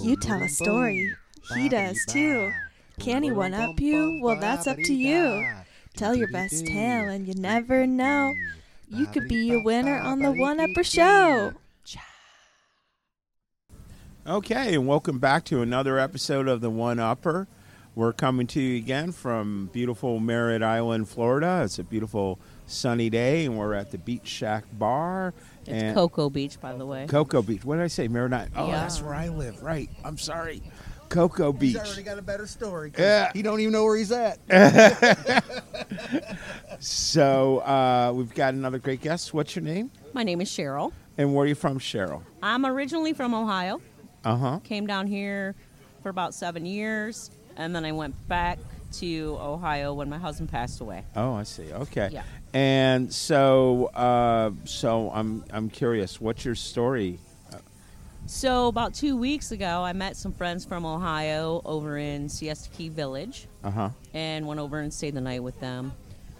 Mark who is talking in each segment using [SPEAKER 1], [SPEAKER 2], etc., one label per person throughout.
[SPEAKER 1] You tell a story. He does too. Can he one up you? Well, that's up to you. Tell your best tale, and you never know. You could be a winner on the One Upper Show.
[SPEAKER 2] Okay, and welcome back to another episode of the One Upper. We're coming to you again from beautiful Merritt Island, Florida. It's a beautiful sunny day, and we're at the Beach Shack Bar.
[SPEAKER 3] It's Cocoa Beach, by the way.
[SPEAKER 2] Cocoa Beach. What did I say? Merritt Island. Oh,
[SPEAKER 3] Yeah.
[SPEAKER 2] that's where I live. Right. I'm sorry. Cocoa
[SPEAKER 4] He's
[SPEAKER 2] Beach.
[SPEAKER 4] already got a better story. 'cause
[SPEAKER 2] Yeah.
[SPEAKER 4] He don't even know where he's at.
[SPEAKER 2] So uh, we've got another great guest. What's your name?
[SPEAKER 3] My name is Cheryl.
[SPEAKER 2] And where are you from, Cheryl?
[SPEAKER 3] I'm originally from Ohio.
[SPEAKER 2] Uh huh.
[SPEAKER 3] Came down here for about seven years, and then I went back to Ohio when my husband passed away.
[SPEAKER 2] Oh, I see. Okay.
[SPEAKER 3] Yeah.
[SPEAKER 2] And so, uh, so I'm I'm curious. What's your story?
[SPEAKER 3] So about two weeks ago, I met some friends from Ohio over in Siesta Key Village,
[SPEAKER 2] Uh huh.
[SPEAKER 3] and went over and stayed the night with them.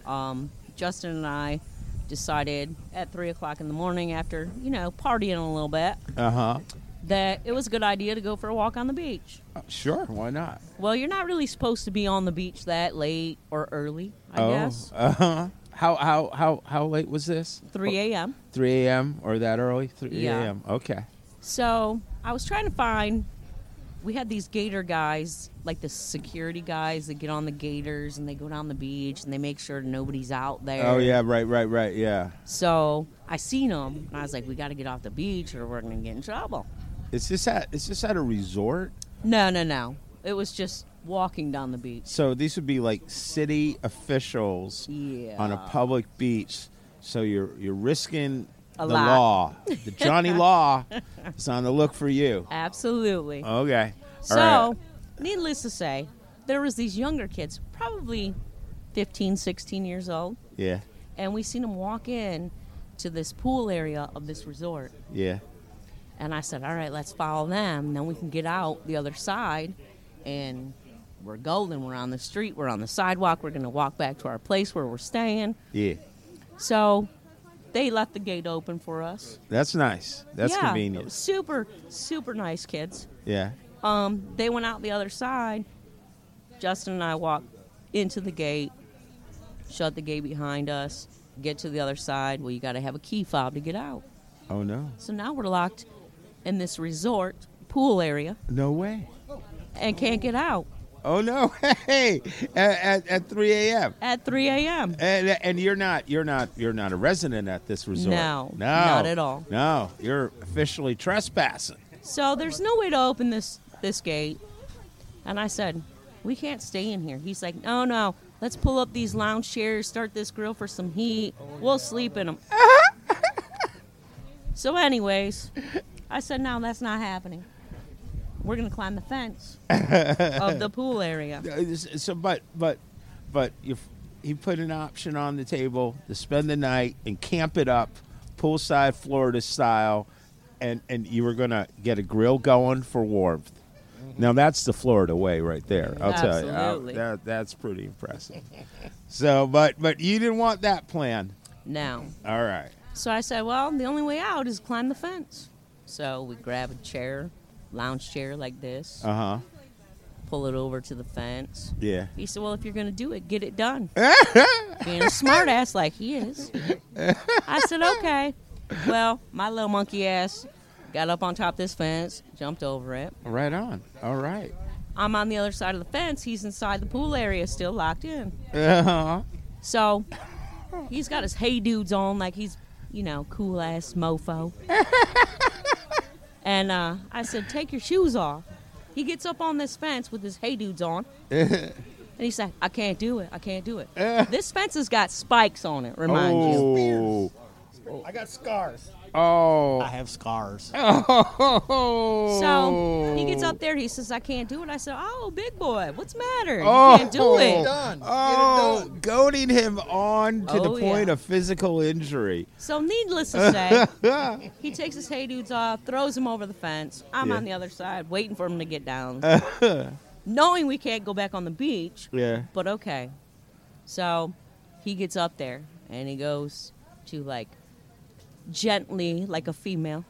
[SPEAKER 3] Um, Justin and I decided at three o'clock in the morning, after you know partying a little bit,
[SPEAKER 2] Uh huh.
[SPEAKER 3] that it was a good idea to go for a walk on the beach.
[SPEAKER 2] Sure. Why not?
[SPEAKER 3] Well, you're not really supposed to be on the beach that late or early, I guess.
[SPEAKER 2] Uh huh. How how how how late was this?
[SPEAKER 3] 3 a.m.
[SPEAKER 2] Three a.m. or that early? Three
[SPEAKER 3] Yeah.
[SPEAKER 2] a.m. Okay.
[SPEAKER 3] So I was trying to find. We had these gator guys, like the security guys that get on the gators and they go down the beach and they make sure nobody's out there.
[SPEAKER 2] Oh yeah. Right. Right. Right. Yeah.
[SPEAKER 3] So I seen them and I was like, we got to get off the beach or we're going to get in trouble.
[SPEAKER 2] Is this at is this at a resort?
[SPEAKER 3] No, no, no. It was just walking down the beach.
[SPEAKER 2] So these would be like city officials
[SPEAKER 3] Yeah.
[SPEAKER 2] on a public beach. So you're you're risking
[SPEAKER 3] A
[SPEAKER 2] the
[SPEAKER 3] lot.
[SPEAKER 2] law. The Johnny Law is on the look for you.
[SPEAKER 3] Absolutely.
[SPEAKER 2] Okay.
[SPEAKER 3] So,
[SPEAKER 2] All right.
[SPEAKER 3] needless to say, there was these younger kids, probably 15, 16 years old,
[SPEAKER 2] Yeah.
[SPEAKER 3] and we seen them walk in to this pool area of this resort.
[SPEAKER 2] Yeah.
[SPEAKER 3] And I said, "All right, let's follow them, and then we can get out the other side, and we're golden. We're on the street. We're on the sidewalk. We're gonna walk back to our place where we're staying."
[SPEAKER 2] Yeah.
[SPEAKER 3] So, they left the gate open for us.
[SPEAKER 2] That's nice. That's
[SPEAKER 3] Yeah,
[SPEAKER 2] convenient.
[SPEAKER 3] Super, super nice kids.
[SPEAKER 2] Yeah.
[SPEAKER 3] Um, they went out the other side. Justin and I walked into the gate, shut the gate behind us, get to the other side. Well, you got to have a key fob to get out.
[SPEAKER 2] Oh no.
[SPEAKER 3] So now we're locked in this resort pool area
[SPEAKER 2] No way.
[SPEAKER 3] and can't get out
[SPEAKER 2] Oh no. Hey. At at, at 3 a.m.
[SPEAKER 3] at 3 a.m.
[SPEAKER 2] And, and you're not you're not you're not a resident at this resort.
[SPEAKER 3] No,
[SPEAKER 2] No.
[SPEAKER 3] not at all.
[SPEAKER 2] No. You're officially trespassing.
[SPEAKER 3] So there's no way to open this this gate. And I said, "We can't stay in here." He's like, "No, no. Let's pull up these lounge chairs, start this grill for some heat. We'll sleep in them." so anyways, I said, "No, that's not happening. We're going to climb the fence of the pool area."
[SPEAKER 2] Uh, s- so but but but if he put an option on the table to spend the night and camp it up poolside florida style and and you were gonna get a grill going for warmth now that's the florida way right there i'll tell you
[SPEAKER 3] Absolutely.
[SPEAKER 2] I- that, that's pretty impressive so but but you didn't want that plan
[SPEAKER 3] Now,
[SPEAKER 2] all right
[SPEAKER 3] so I said, "Well, the only way out is climb the fence." So we grab a chair, lounge chair like this,
[SPEAKER 2] uh-huh
[SPEAKER 3] pull it over to the fence.
[SPEAKER 2] yeah
[SPEAKER 3] He said, "Well, if you're gonna do it, get it done." Being a smart ass like he is, I said, "Okay." Well, my little monkey ass got up on top of this fence, jumped over it.
[SPEAKER 2] right on all right
[SPEAKER 3] I'm on the other side of the fence. He's inside the pool area, still locked in.
[SPEAKER 2] uh-huh
[SPEAKER 3] So he's got his hey dudes on, like he's you know cool ass mofo. and uh, I said, "Take your shoes off." He gets up on this fence with his hey dudes on. And he's like, I can't do it. I can't do it. this fence has got spikes on it, remind you.
[SPEAKER 2] oh
[SPEAKER 4] I got scars. I
[SPEAKER 2] oh
[SPEAKER 4] have scars.
[SPEAKER 3] So he gets up there. He says, I can't do it. I said, Oh, big boy, what's the matter? You
[SPEAKER 2] Oh.
[SPEAKER 3] can't do it.
[SPEAKER 4] Done. Get it
[SPEAKER 2] Oh,
[SPEAKER 4] done.
[SPEAKER 2] goading him on to the
[SPEAKER 3] Oh,
[SPEAKER 2] point
[SPEAKER 3] yeah.
[SPEAKER 2] of physical injury.
[SPEAKER 3] So, needless to say,
[SPEAKER 2] Ah,
[SPEAKER 3] he takes his hey dudes off, throws him over the fence. I'm
[SPEAKER 2] Yeah.
[SPEAKER 3] on the other side, waiting for him to get down, knowing we can't go back on the beach.
[SPEAKER 2] yeah.
[SPEAKER 3] But okay. So he gets up there and he goes to like gently, like a female,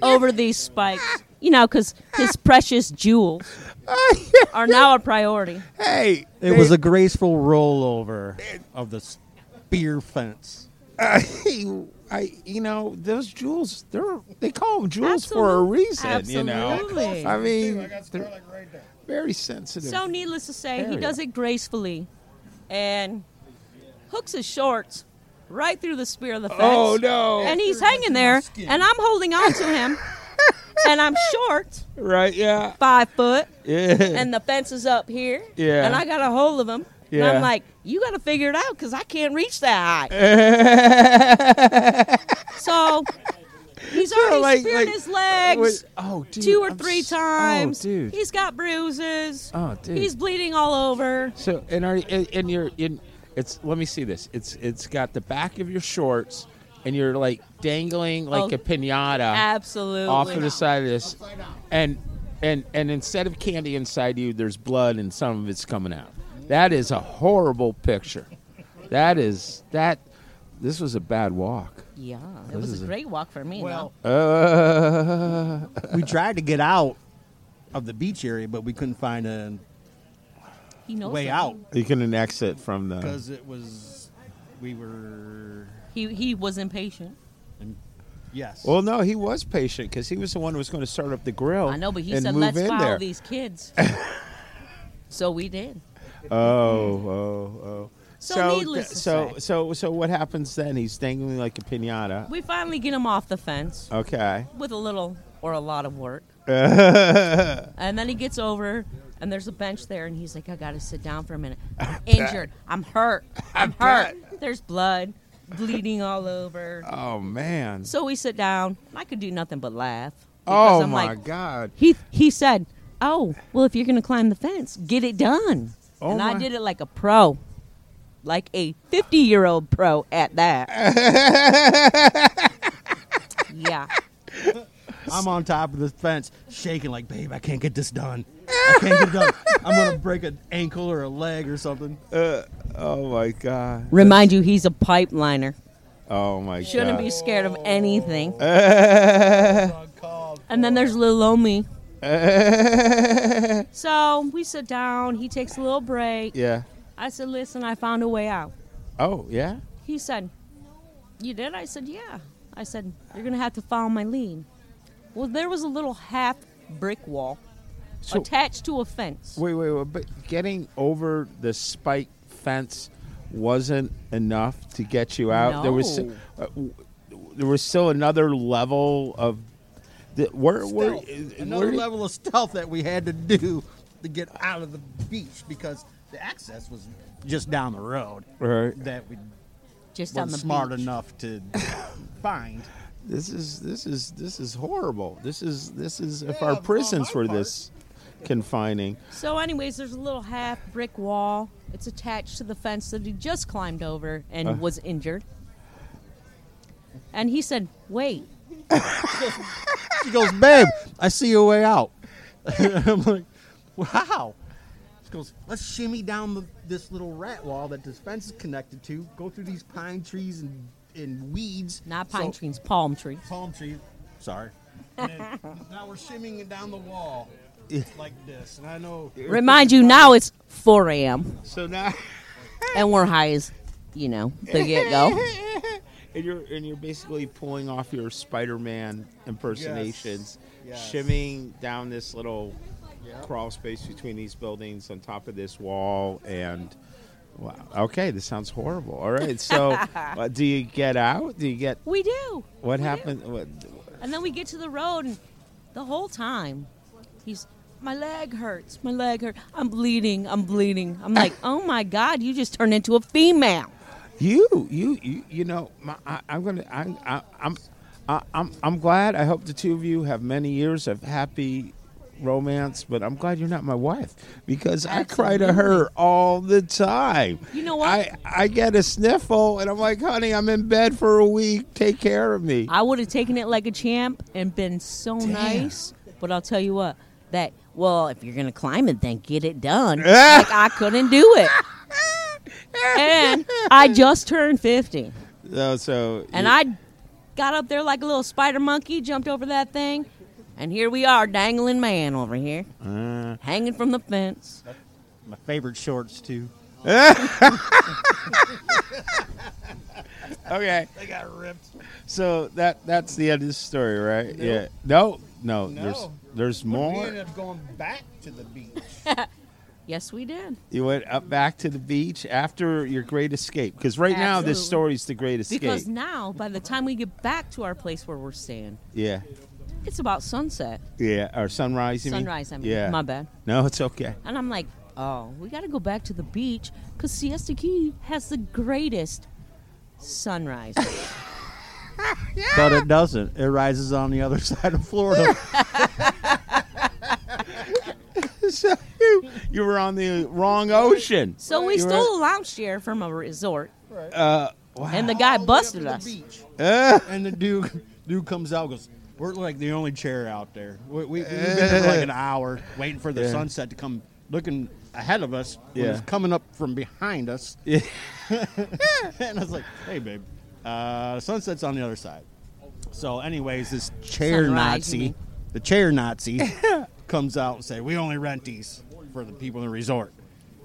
[SPEAKER 3] over these spikes. You know, because his precious jewels are now a priority.
[SPEAKER 2] hey,
[SPEAKER 4] It was a graceful rollover of the spear fence.
[SPEAKER 2] I, I, you know, those jewels, they're they call them jewels for a
[SPEAKER 3] Absolute-
[SPEAKER 2] reason. You
[SPEAKER 3] absolutely.
[SPEAKER 2] know, I mean, they're very sensitive.
[SPEAKER 3] So, needless to say,
[SPEAKER 2] Area.
[SPEAKER 3] he does it gracefully and hooks his shorts right through the spear of the fence.
[SPEAKER 2] oh no!
[SPEAKER 3] And he's hanging there, and I'm holding on to him, and I'm short,
[SPEAKER 2] right? Yeah.
[SPEAKER 3] five foot,
[SPEAKER 2] Yeah.
[SPEAKER 3] and the fence is up here.
[SPEAKER 2] Yeah.
[SPEAKER 3] And I got a hold of him. And
[SPEAKER 2] Yeah.
[SPEAKER 3] I'm like, you got to figure it out because I can't reach that high. so he's already
[SPEAKER 2] like-
[SPEAKER 3] speared
[SPEAKER 2] like-
[SPEAKER 3] his legs
[SPEAKER 2] Wait, oh, dude,
[SPEAKER 3] two or
[SPEAKER 2] I'm
[SPEAKER 3] three
[SPEAKER 2] s-
[SPEAKER 3] times.
[SPEAKER 2] Oh, dude.
[SPEAKER 3] He's got bruises.
[SPEAKER 2] Oh, dude.
[SPEAKER 3] He's bleeding all over.
[SPEAKER 2] So and are and, and you're in it's let me see this. It's it's got the back of your shorts and you're like dangling like
[SPEAKER 3] Oh,
[SPEAKER 2] a pinata
[SPEAKER 3] Absolutely.
[SPEAKER 2] off of the side of this. And and and instead of candy inside you, there's blood and some of it's coming out. That is a horrible picture. That is that this was a bad walk.
[SPEAKER 3] Yeah, it
[SPEAKER 2] This
[SPEAKER 3] was
[SPEAKER 2] is
[SPEAKER 3] a
[SPEAKER 2] a-
[SPEAKER 3] great walk for me.
[SPEAKER 4] Well,
[SPEAKER 3] Well,
[SPEAKER 2] Uh,
[SPEAKER 4] we tried to get out of the beach area, but we couldn't find a
[SPEAKER 3] he knows
[SPEAKER 4] way
[SPEAKER 3] that.
[SPEAKER 4] out
[SPEAKER 2] you can an exit from the
[SPEAKER 4] because it was we were
[SPEAKER 3] He he was impatient.
[SPEAKER 4] yes.
[SPEAKER 2] well, no, he was patient because he was the one who was going to start up the grill.
[SPEAKER 3] I know, but he
[SPEAKER 2] and
[SPEAKER 3] said,
[SPEAKER 2] move
[SPEAKER 3] "Let's
[SPEAKER 2] in
[SPEAKER 3] follow
[SPEAKER 2] there."
[SPEAKER 3] these kids." so we did.
[SPEAKER 2] Oh, oh, oh.
[SPEAKER 3] So
[SPEAKER 2] th-
[SPEAKER 3] needless to
[SPEAKER 2] so,
[SPEAKER 3] say-
[SPEAKER 2] so, so, what happens then? He's dangling like a pinata.
[SPEAKER 3] We finally get him off the fence
[SPEAKER 2] Okay.
[SPEAKER 3] with a little or a lot of work, and then he gets over. And there's a bench there, and he's like, "I gotta sit down for a minute. I'm injured. I'm hurt. I'm hurt. There's blood, bleeding all over."
[SPEAKER 2] Oh man.
[SPEAKER 3] So we sit down. and I could do nothing but laugh. because
[SPEAKER 2] oh
[SPEAKER 3] I'm
[SPEAKER 2] my
[SPEAKER 3] like,
[SPEAKER 2] god.
[SPEAKER 3] He he said, "Oh, well, if you're gonna climb the fence, get it done."
[SPEAKER 2] Oh
[SPEAKER 3] and I
[SPEAKER 2] my.
[SPEAKER 3] did it like a pro, like a 50 year old pro at that. yeah,
[SPEAKER 4] I'm on top of this fence, shaking like, babe, I can't get this done. I can't get it done. I'm gonna break an ankle or a leg or something.
[SPEAKER 2] Oh my god.
[SPEAKER 3] remind you, he's a pipeliner.
[SPEAKER 2] Oh my
[SPEAKER 3] Shouldn't be
[SPEAKER 2] god.
[SPEAKER 3] scared of anything.
[SPEAKER 4] Called
[SPEAKER 3] And then there's little old me. So we sit down. He takes a little break.
[SPEAKER 2] yeah.
[SPEAKER 3] I said, "Listen, I found a way out."
[SPEAKER 2] Oh yeah.
[SPEAKER 3] He said, You did? I said, Yeah. I said, You're going to have to follow my lead. Well, there was a little half brick wall
[SPEAKER 2] So-
[SPEAKER 3] attached to a fence.
[SPEAKER 2] Wait, wait, wait. But getting over the spike fence wasn't enough to get you out. There was
[SPEAKER 3] No.
[SPEAKER 2] uh, w- there was still another level of. The, where, where, uh,
[SPEAKER 4] another
[SPEAKER 2] where-
[SPEAKER 4] level of stealth that we had to do to get out of the beach because the access was just down the road
[SPEAKER 2] Right.
[SPEAKER 4] that we
[SPEAKER 3] Just on
[SPEAKER 4] weren't
[SPEAKER 3] the
[SPEAKER 4] smart
[SPEAKER 3] beach.
[SPEAKER 4] enough to find.
[SPEAKER 2] This is this is this is horrible. This is this is if
[SPEAKER 4] Yeah,
[SPEAKER 2] our
[SPEAKER 4] on
[SPEAKER 2] prisons
[SPEAKER 4] my
[SPEAKER 2] were
[SPEAKER 4] part.
[SPEAKER 2] this confining.
[SPEAKER 3] So, anyways, there's a little half brick wall. It's attached to the fence that he just climbed over and
[SPEAKER 2] Uh.
[SPEAKER 3] was injured. And he said, Wait.
[SPEAKER 4] She goes, babe, I see a way out. I'm like, wow. She goes, let's shimmy down the, this little rat wall that this fence is connected to. Go through these pine trees and, and weeds.
[SPEAKER 3] Not pine
[SPEAKER 4] So-
[SPEAKER 3] trees, palm trees.
[SPEAKER 4] Palm trees. Sorry. And then now we're shimmying it down the wall like this, and I know.
[SPEAKER 3] Remind you, now it's 4 a.m.
[SPEAKER 2] So now,
[SPEAKER 3] and we're high as, you know, the get go.
[SPEAKER 2] and you're and you're basically pulling off your Spider-Man impersonations,
[SPEAKER 4] Yes.
[SPEAKER 2] shimmying down this little
[SPEAKER 4] Yeah.
[SPEAKER 2] crawl space between these buildings on top of this wall, and wow. Okay, this sounds horrible. All right, so uh, do you get out? Do you get
[SPEAKER 3] We do.
[SPEAKER 2] what
[SPEAKER 3] We do.
[SPEAKER 2] happened? What,
[SPEAKER 3] And then we get to the road, and the whole time, he's, my leg hurts, my leg hurt. I'm bleeding, I'm bleeding. I'm like, oh my God, you just turned into a female.
[SPEAKER 2] You, you, you, you know, my, I, I'm gonna, I, I, I'm, I, I'm, I'm glad. I hope the two of you have many years of happy romance, but I'm glad you're not my wife because I cry to her all the time.
[SPEAKER 3] You know what?
[SPEAKER 2] I, I get a sniffle and I'm like, honey, I'm in bed for a week. Take care of me.
[SPEAKER 3] I would have taken it like a champ and been so nice, but I'll tell you what, that, well, if you're going to climb it, then get it done. like, I couldn't do it. eh. And I just turned 50,
[SPEAKER 2] So, so
[SPEAKER 3] and
[SPEAKER 2] you-
[SPEAKER 3] I got up there like a little spider monkey, jumped over that thing, and here we are, dangling man over here,
[SPEAKER 2] Uh,
[SPEAKER 3] hanging from the fence.
[SPEAKER 4] My favorite shorts too.
[SPEAKER 2] okay.
[SPEAKER 4] They got ripped.
[SPEAKER 2] So that that's the end of the story, right?
[SPEAKER 4] No.
[SPEAKER 2] Yeah. No, no.
[SPEAKER 4] No.
[SPEAKER 2] There's there's
[SPEAKER 4] We
[SPEAKER 2] more.
[SPEAKER 4] ended up going back to the beach.
[SPEAKER 3] Yes, we did.
[SPEAKER 2] You went up back to the beach after your great escape, because right now this
[SPEAKER 3] Absolutely.
[SPEAKER 2] story's the great escape.
[SPEAKER 3] Because now, by the time we get back to our place where we're staying,
[SPEAKER 2] yeah,
[SPEAKER 3] it's about sunset,
[SPEAKER 2] yeah. Or sunrise. You mean?
[SPEAKER 3] sunrise. I mean,
[SPEAKER 2] Yeah.
[SPEAKER 3] my bad.
[SPEAKER 2] No, it's okay.
[SPEAKER 3] And I'm like, oh, we got to go back to the beach because Siesta Key has the greatest sunrise.
[SPEAKER 4] But it doesn't. It rises on the other side of Florida.
[SPEAKER 2] so you, you were on the wrong ocean.
[SPEAKER 3] so we
[SPEAKER 2] You were-
[SPEAKER 3] stole a lounge chair from a resort,
[SPEAKER 2] Uh, wow.
[SPEAKER 3] and the guy busted us.
[SPEAKER 2] Uh,
[SPEAKER 4] and the dude, dude comes out and goes, We're like the only chair out there. We, we, have been there for like an hour waiting for the
[SPEAKER 2] Eh. Yeah.
[SPEAKER 4] sunset to come looking ahead of us. When
[SPEAKER 2] Yeah.
[SPEAKER 4] It's coming up from behind us.
[SPEAKER 2] yeah.
[SPEAKER 4] and I was like, Hey, babe, uh, sunset's on the other side. So, anyways, this chair
[SPEAKER 3] Sunrise,
[SPEAKER 4] Nazi,
[SPEAKER 3] you mean.
[SPEAKER 4] the chair Nazi, comes out and say, "We only rent these for the people in the resort."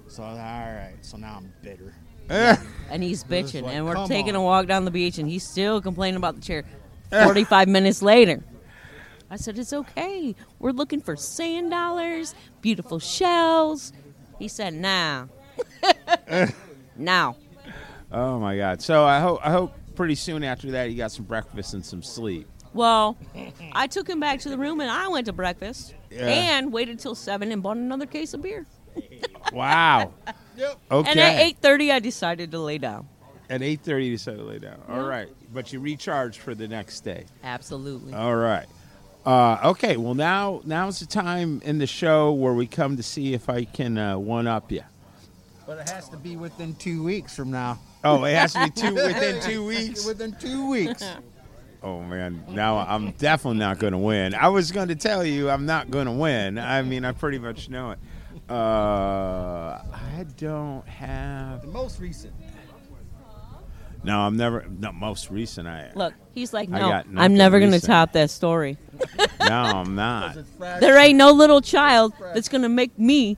[SPEAKER 4] So I was like, all right. So now I'm bitter.
[SPEAKER 3] and he's bitching,
[SPEAKER 4] like,
[SPEAKER 3] and we're
[SPEAKER 4] come
[SPEAKER 3] taking
[SPEAKER 4] on.
[SPEAKER 3] a walk down the beach, and he's still complaining about the chair. Forty-five minutes later, I said, "It's okay. We're looking for sand dollars, beautiful shells." He said, "Nah, now."
[SPEAKER 2] Oh my God. So I hope I hope pretty soon after that you got some breakfast and some sleep.
[SPEAKER 3] Well, I took him back to the room, and I went to breakfast,
[SPEAKER 2] Yeah.
[SPEAKER 3] and waited till seven, and bought another case of beer.
[SPEAKER 2] Wow. Okay.
[SPEAKER 3] And at eight thirty, I decided to lay down.
[SPEAKER 2] At eight thirty, you decided to lay down. All right, but you recharge for the next day.
[SPEAKER 3] Absolutely.
[SPEAKER 2] All right. Uh, okay. Well, now now's the time in the show where we come to see if I can uh, one up you.
[SPEAKER 4] But it has to be within two weeks from now.
[SPEAKER 2] Oh, it has to be two within two weeks.
[SPEAKER 4] Within two weeks.
[SPEAKER 2] Oh man, now I'm definitely not going to win. I was going to tell you I'm not going to win. I mean, I pretty much know it. Uh, I don't have.
[SPEAKER 4] the most recent.
[SPEAKER 2] No, I'm never. No, most recent I.
[SPEAKER 3] Look, he's like,
[SPEAKER 2] I
[SPEAKER 3] "No,
[SPEAKER 2] got
[SPEAKER 3] I'm never
[SPEAKER 2] nothing
[SPEAKER 3] going to
[SPEAKER 2] recent."
[SPEAKER 3] top that story."
[SPEAKER 2] No, I'm
[SPEAKER 4] Was
[SPEAKER 2] not.
[SPEAKER 4] it Friday?
[SPEAKER 3] There ain't no little child that's gonna make me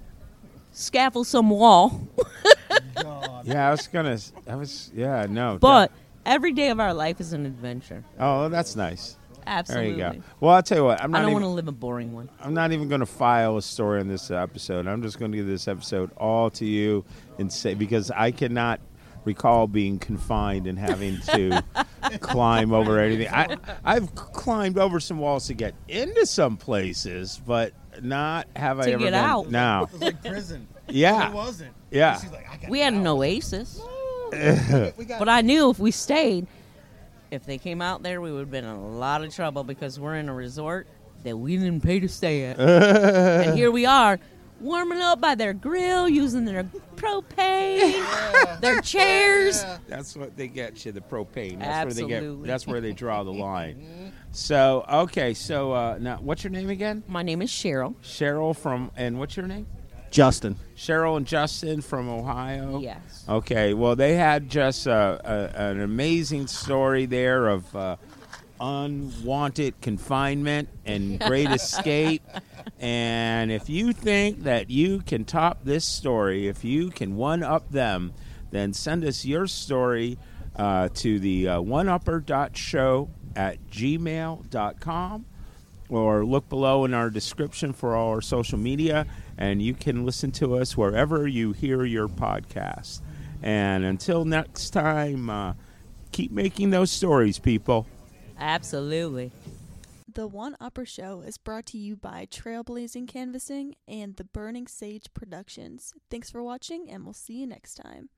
[SPEAKER 3] scaffold some wall.
[SPEAKER 4] God.
[SPEAKER 2] Yeah, I was gonna. I was. Yeah, no.
[SPEAKER 3] But every day of our life is an adventure.
[SPEAKER 2] Oh, that's nice. There
[SPEAKER 3] Absolutely.
[SPEAKER 2] you go. Well, I'll tell you what. I'm
[SPEAKER 3] I
[SPEAKER 2] not.
[SPEAKER 3] don't
[SPEAKER 2] Even,
[SPEAKER 3] want to live a boring one.
[SPEAKER 2] I'm not even going to file a story on this episode. I'm just going to give this episode all to you and say because I cannot recall being confined and having to climb over anything. I I've climbed over some walls to get into some places, but not have I
[SPEAKER 3] To
[SPEAKER 2] ever
[SPEAKER 3] get
[SPEAKER 2] been
[SPEAKER 3] out.
[SPEAKER 2] now.
[SPEAKER 4] It was like prison.
[SPEAKER 2] Yeah.
[SPEAKER 4] It wasn't.
[SPEAKER 2] Yeah.
[SPEAKER 4] She's like, I got
[SPEAKER 3] We had an oasis,
[SPEAKER 4] We got
[SPEAKER 3] but I knew if we stayed, if they came out there, we would have been in a lot of trouble because we're in a resort that we didn't pay to stay at, and here we are. Warming up by their grill, using their propane, their chairs.
[SPEAKER 2] That's what they get you, the propane. That's where they get
[SPEAKER 3] Absolutely.
[SPEAKER 2] that's where they draw the line. Mm-hmm. So okay, so uh, now what's your name again?
[SPEAKER 3] My name is Cheryl.
[SPEAKER 2] Cheryl from and what's your name?
[SPEAKER 4] Justin.
[SPEAKER 2] Cheryl and Justin from Ohio.
[SPEAKER 3] Yes.
[SPEAKER 2] Okay. Well, they had just uh, a, an amazing story there of uh, unwanted confinement and great escape. And if you think that you can top this story, if you can one up them, then send us your story uh, to the uh, oneupper.show at gmail.com or look below in our description for all our social media, and you can listen to us wherever you hear your podcast. And until next time, uh, keep making those stories, people.
[SPEAKER 3] Absolutely.
[SPEAKER 1] The One Upper Show is brought to you by Trailblazing Canvassing and the Burning Sage Productions. Thanks for watching, and we'll see you next time.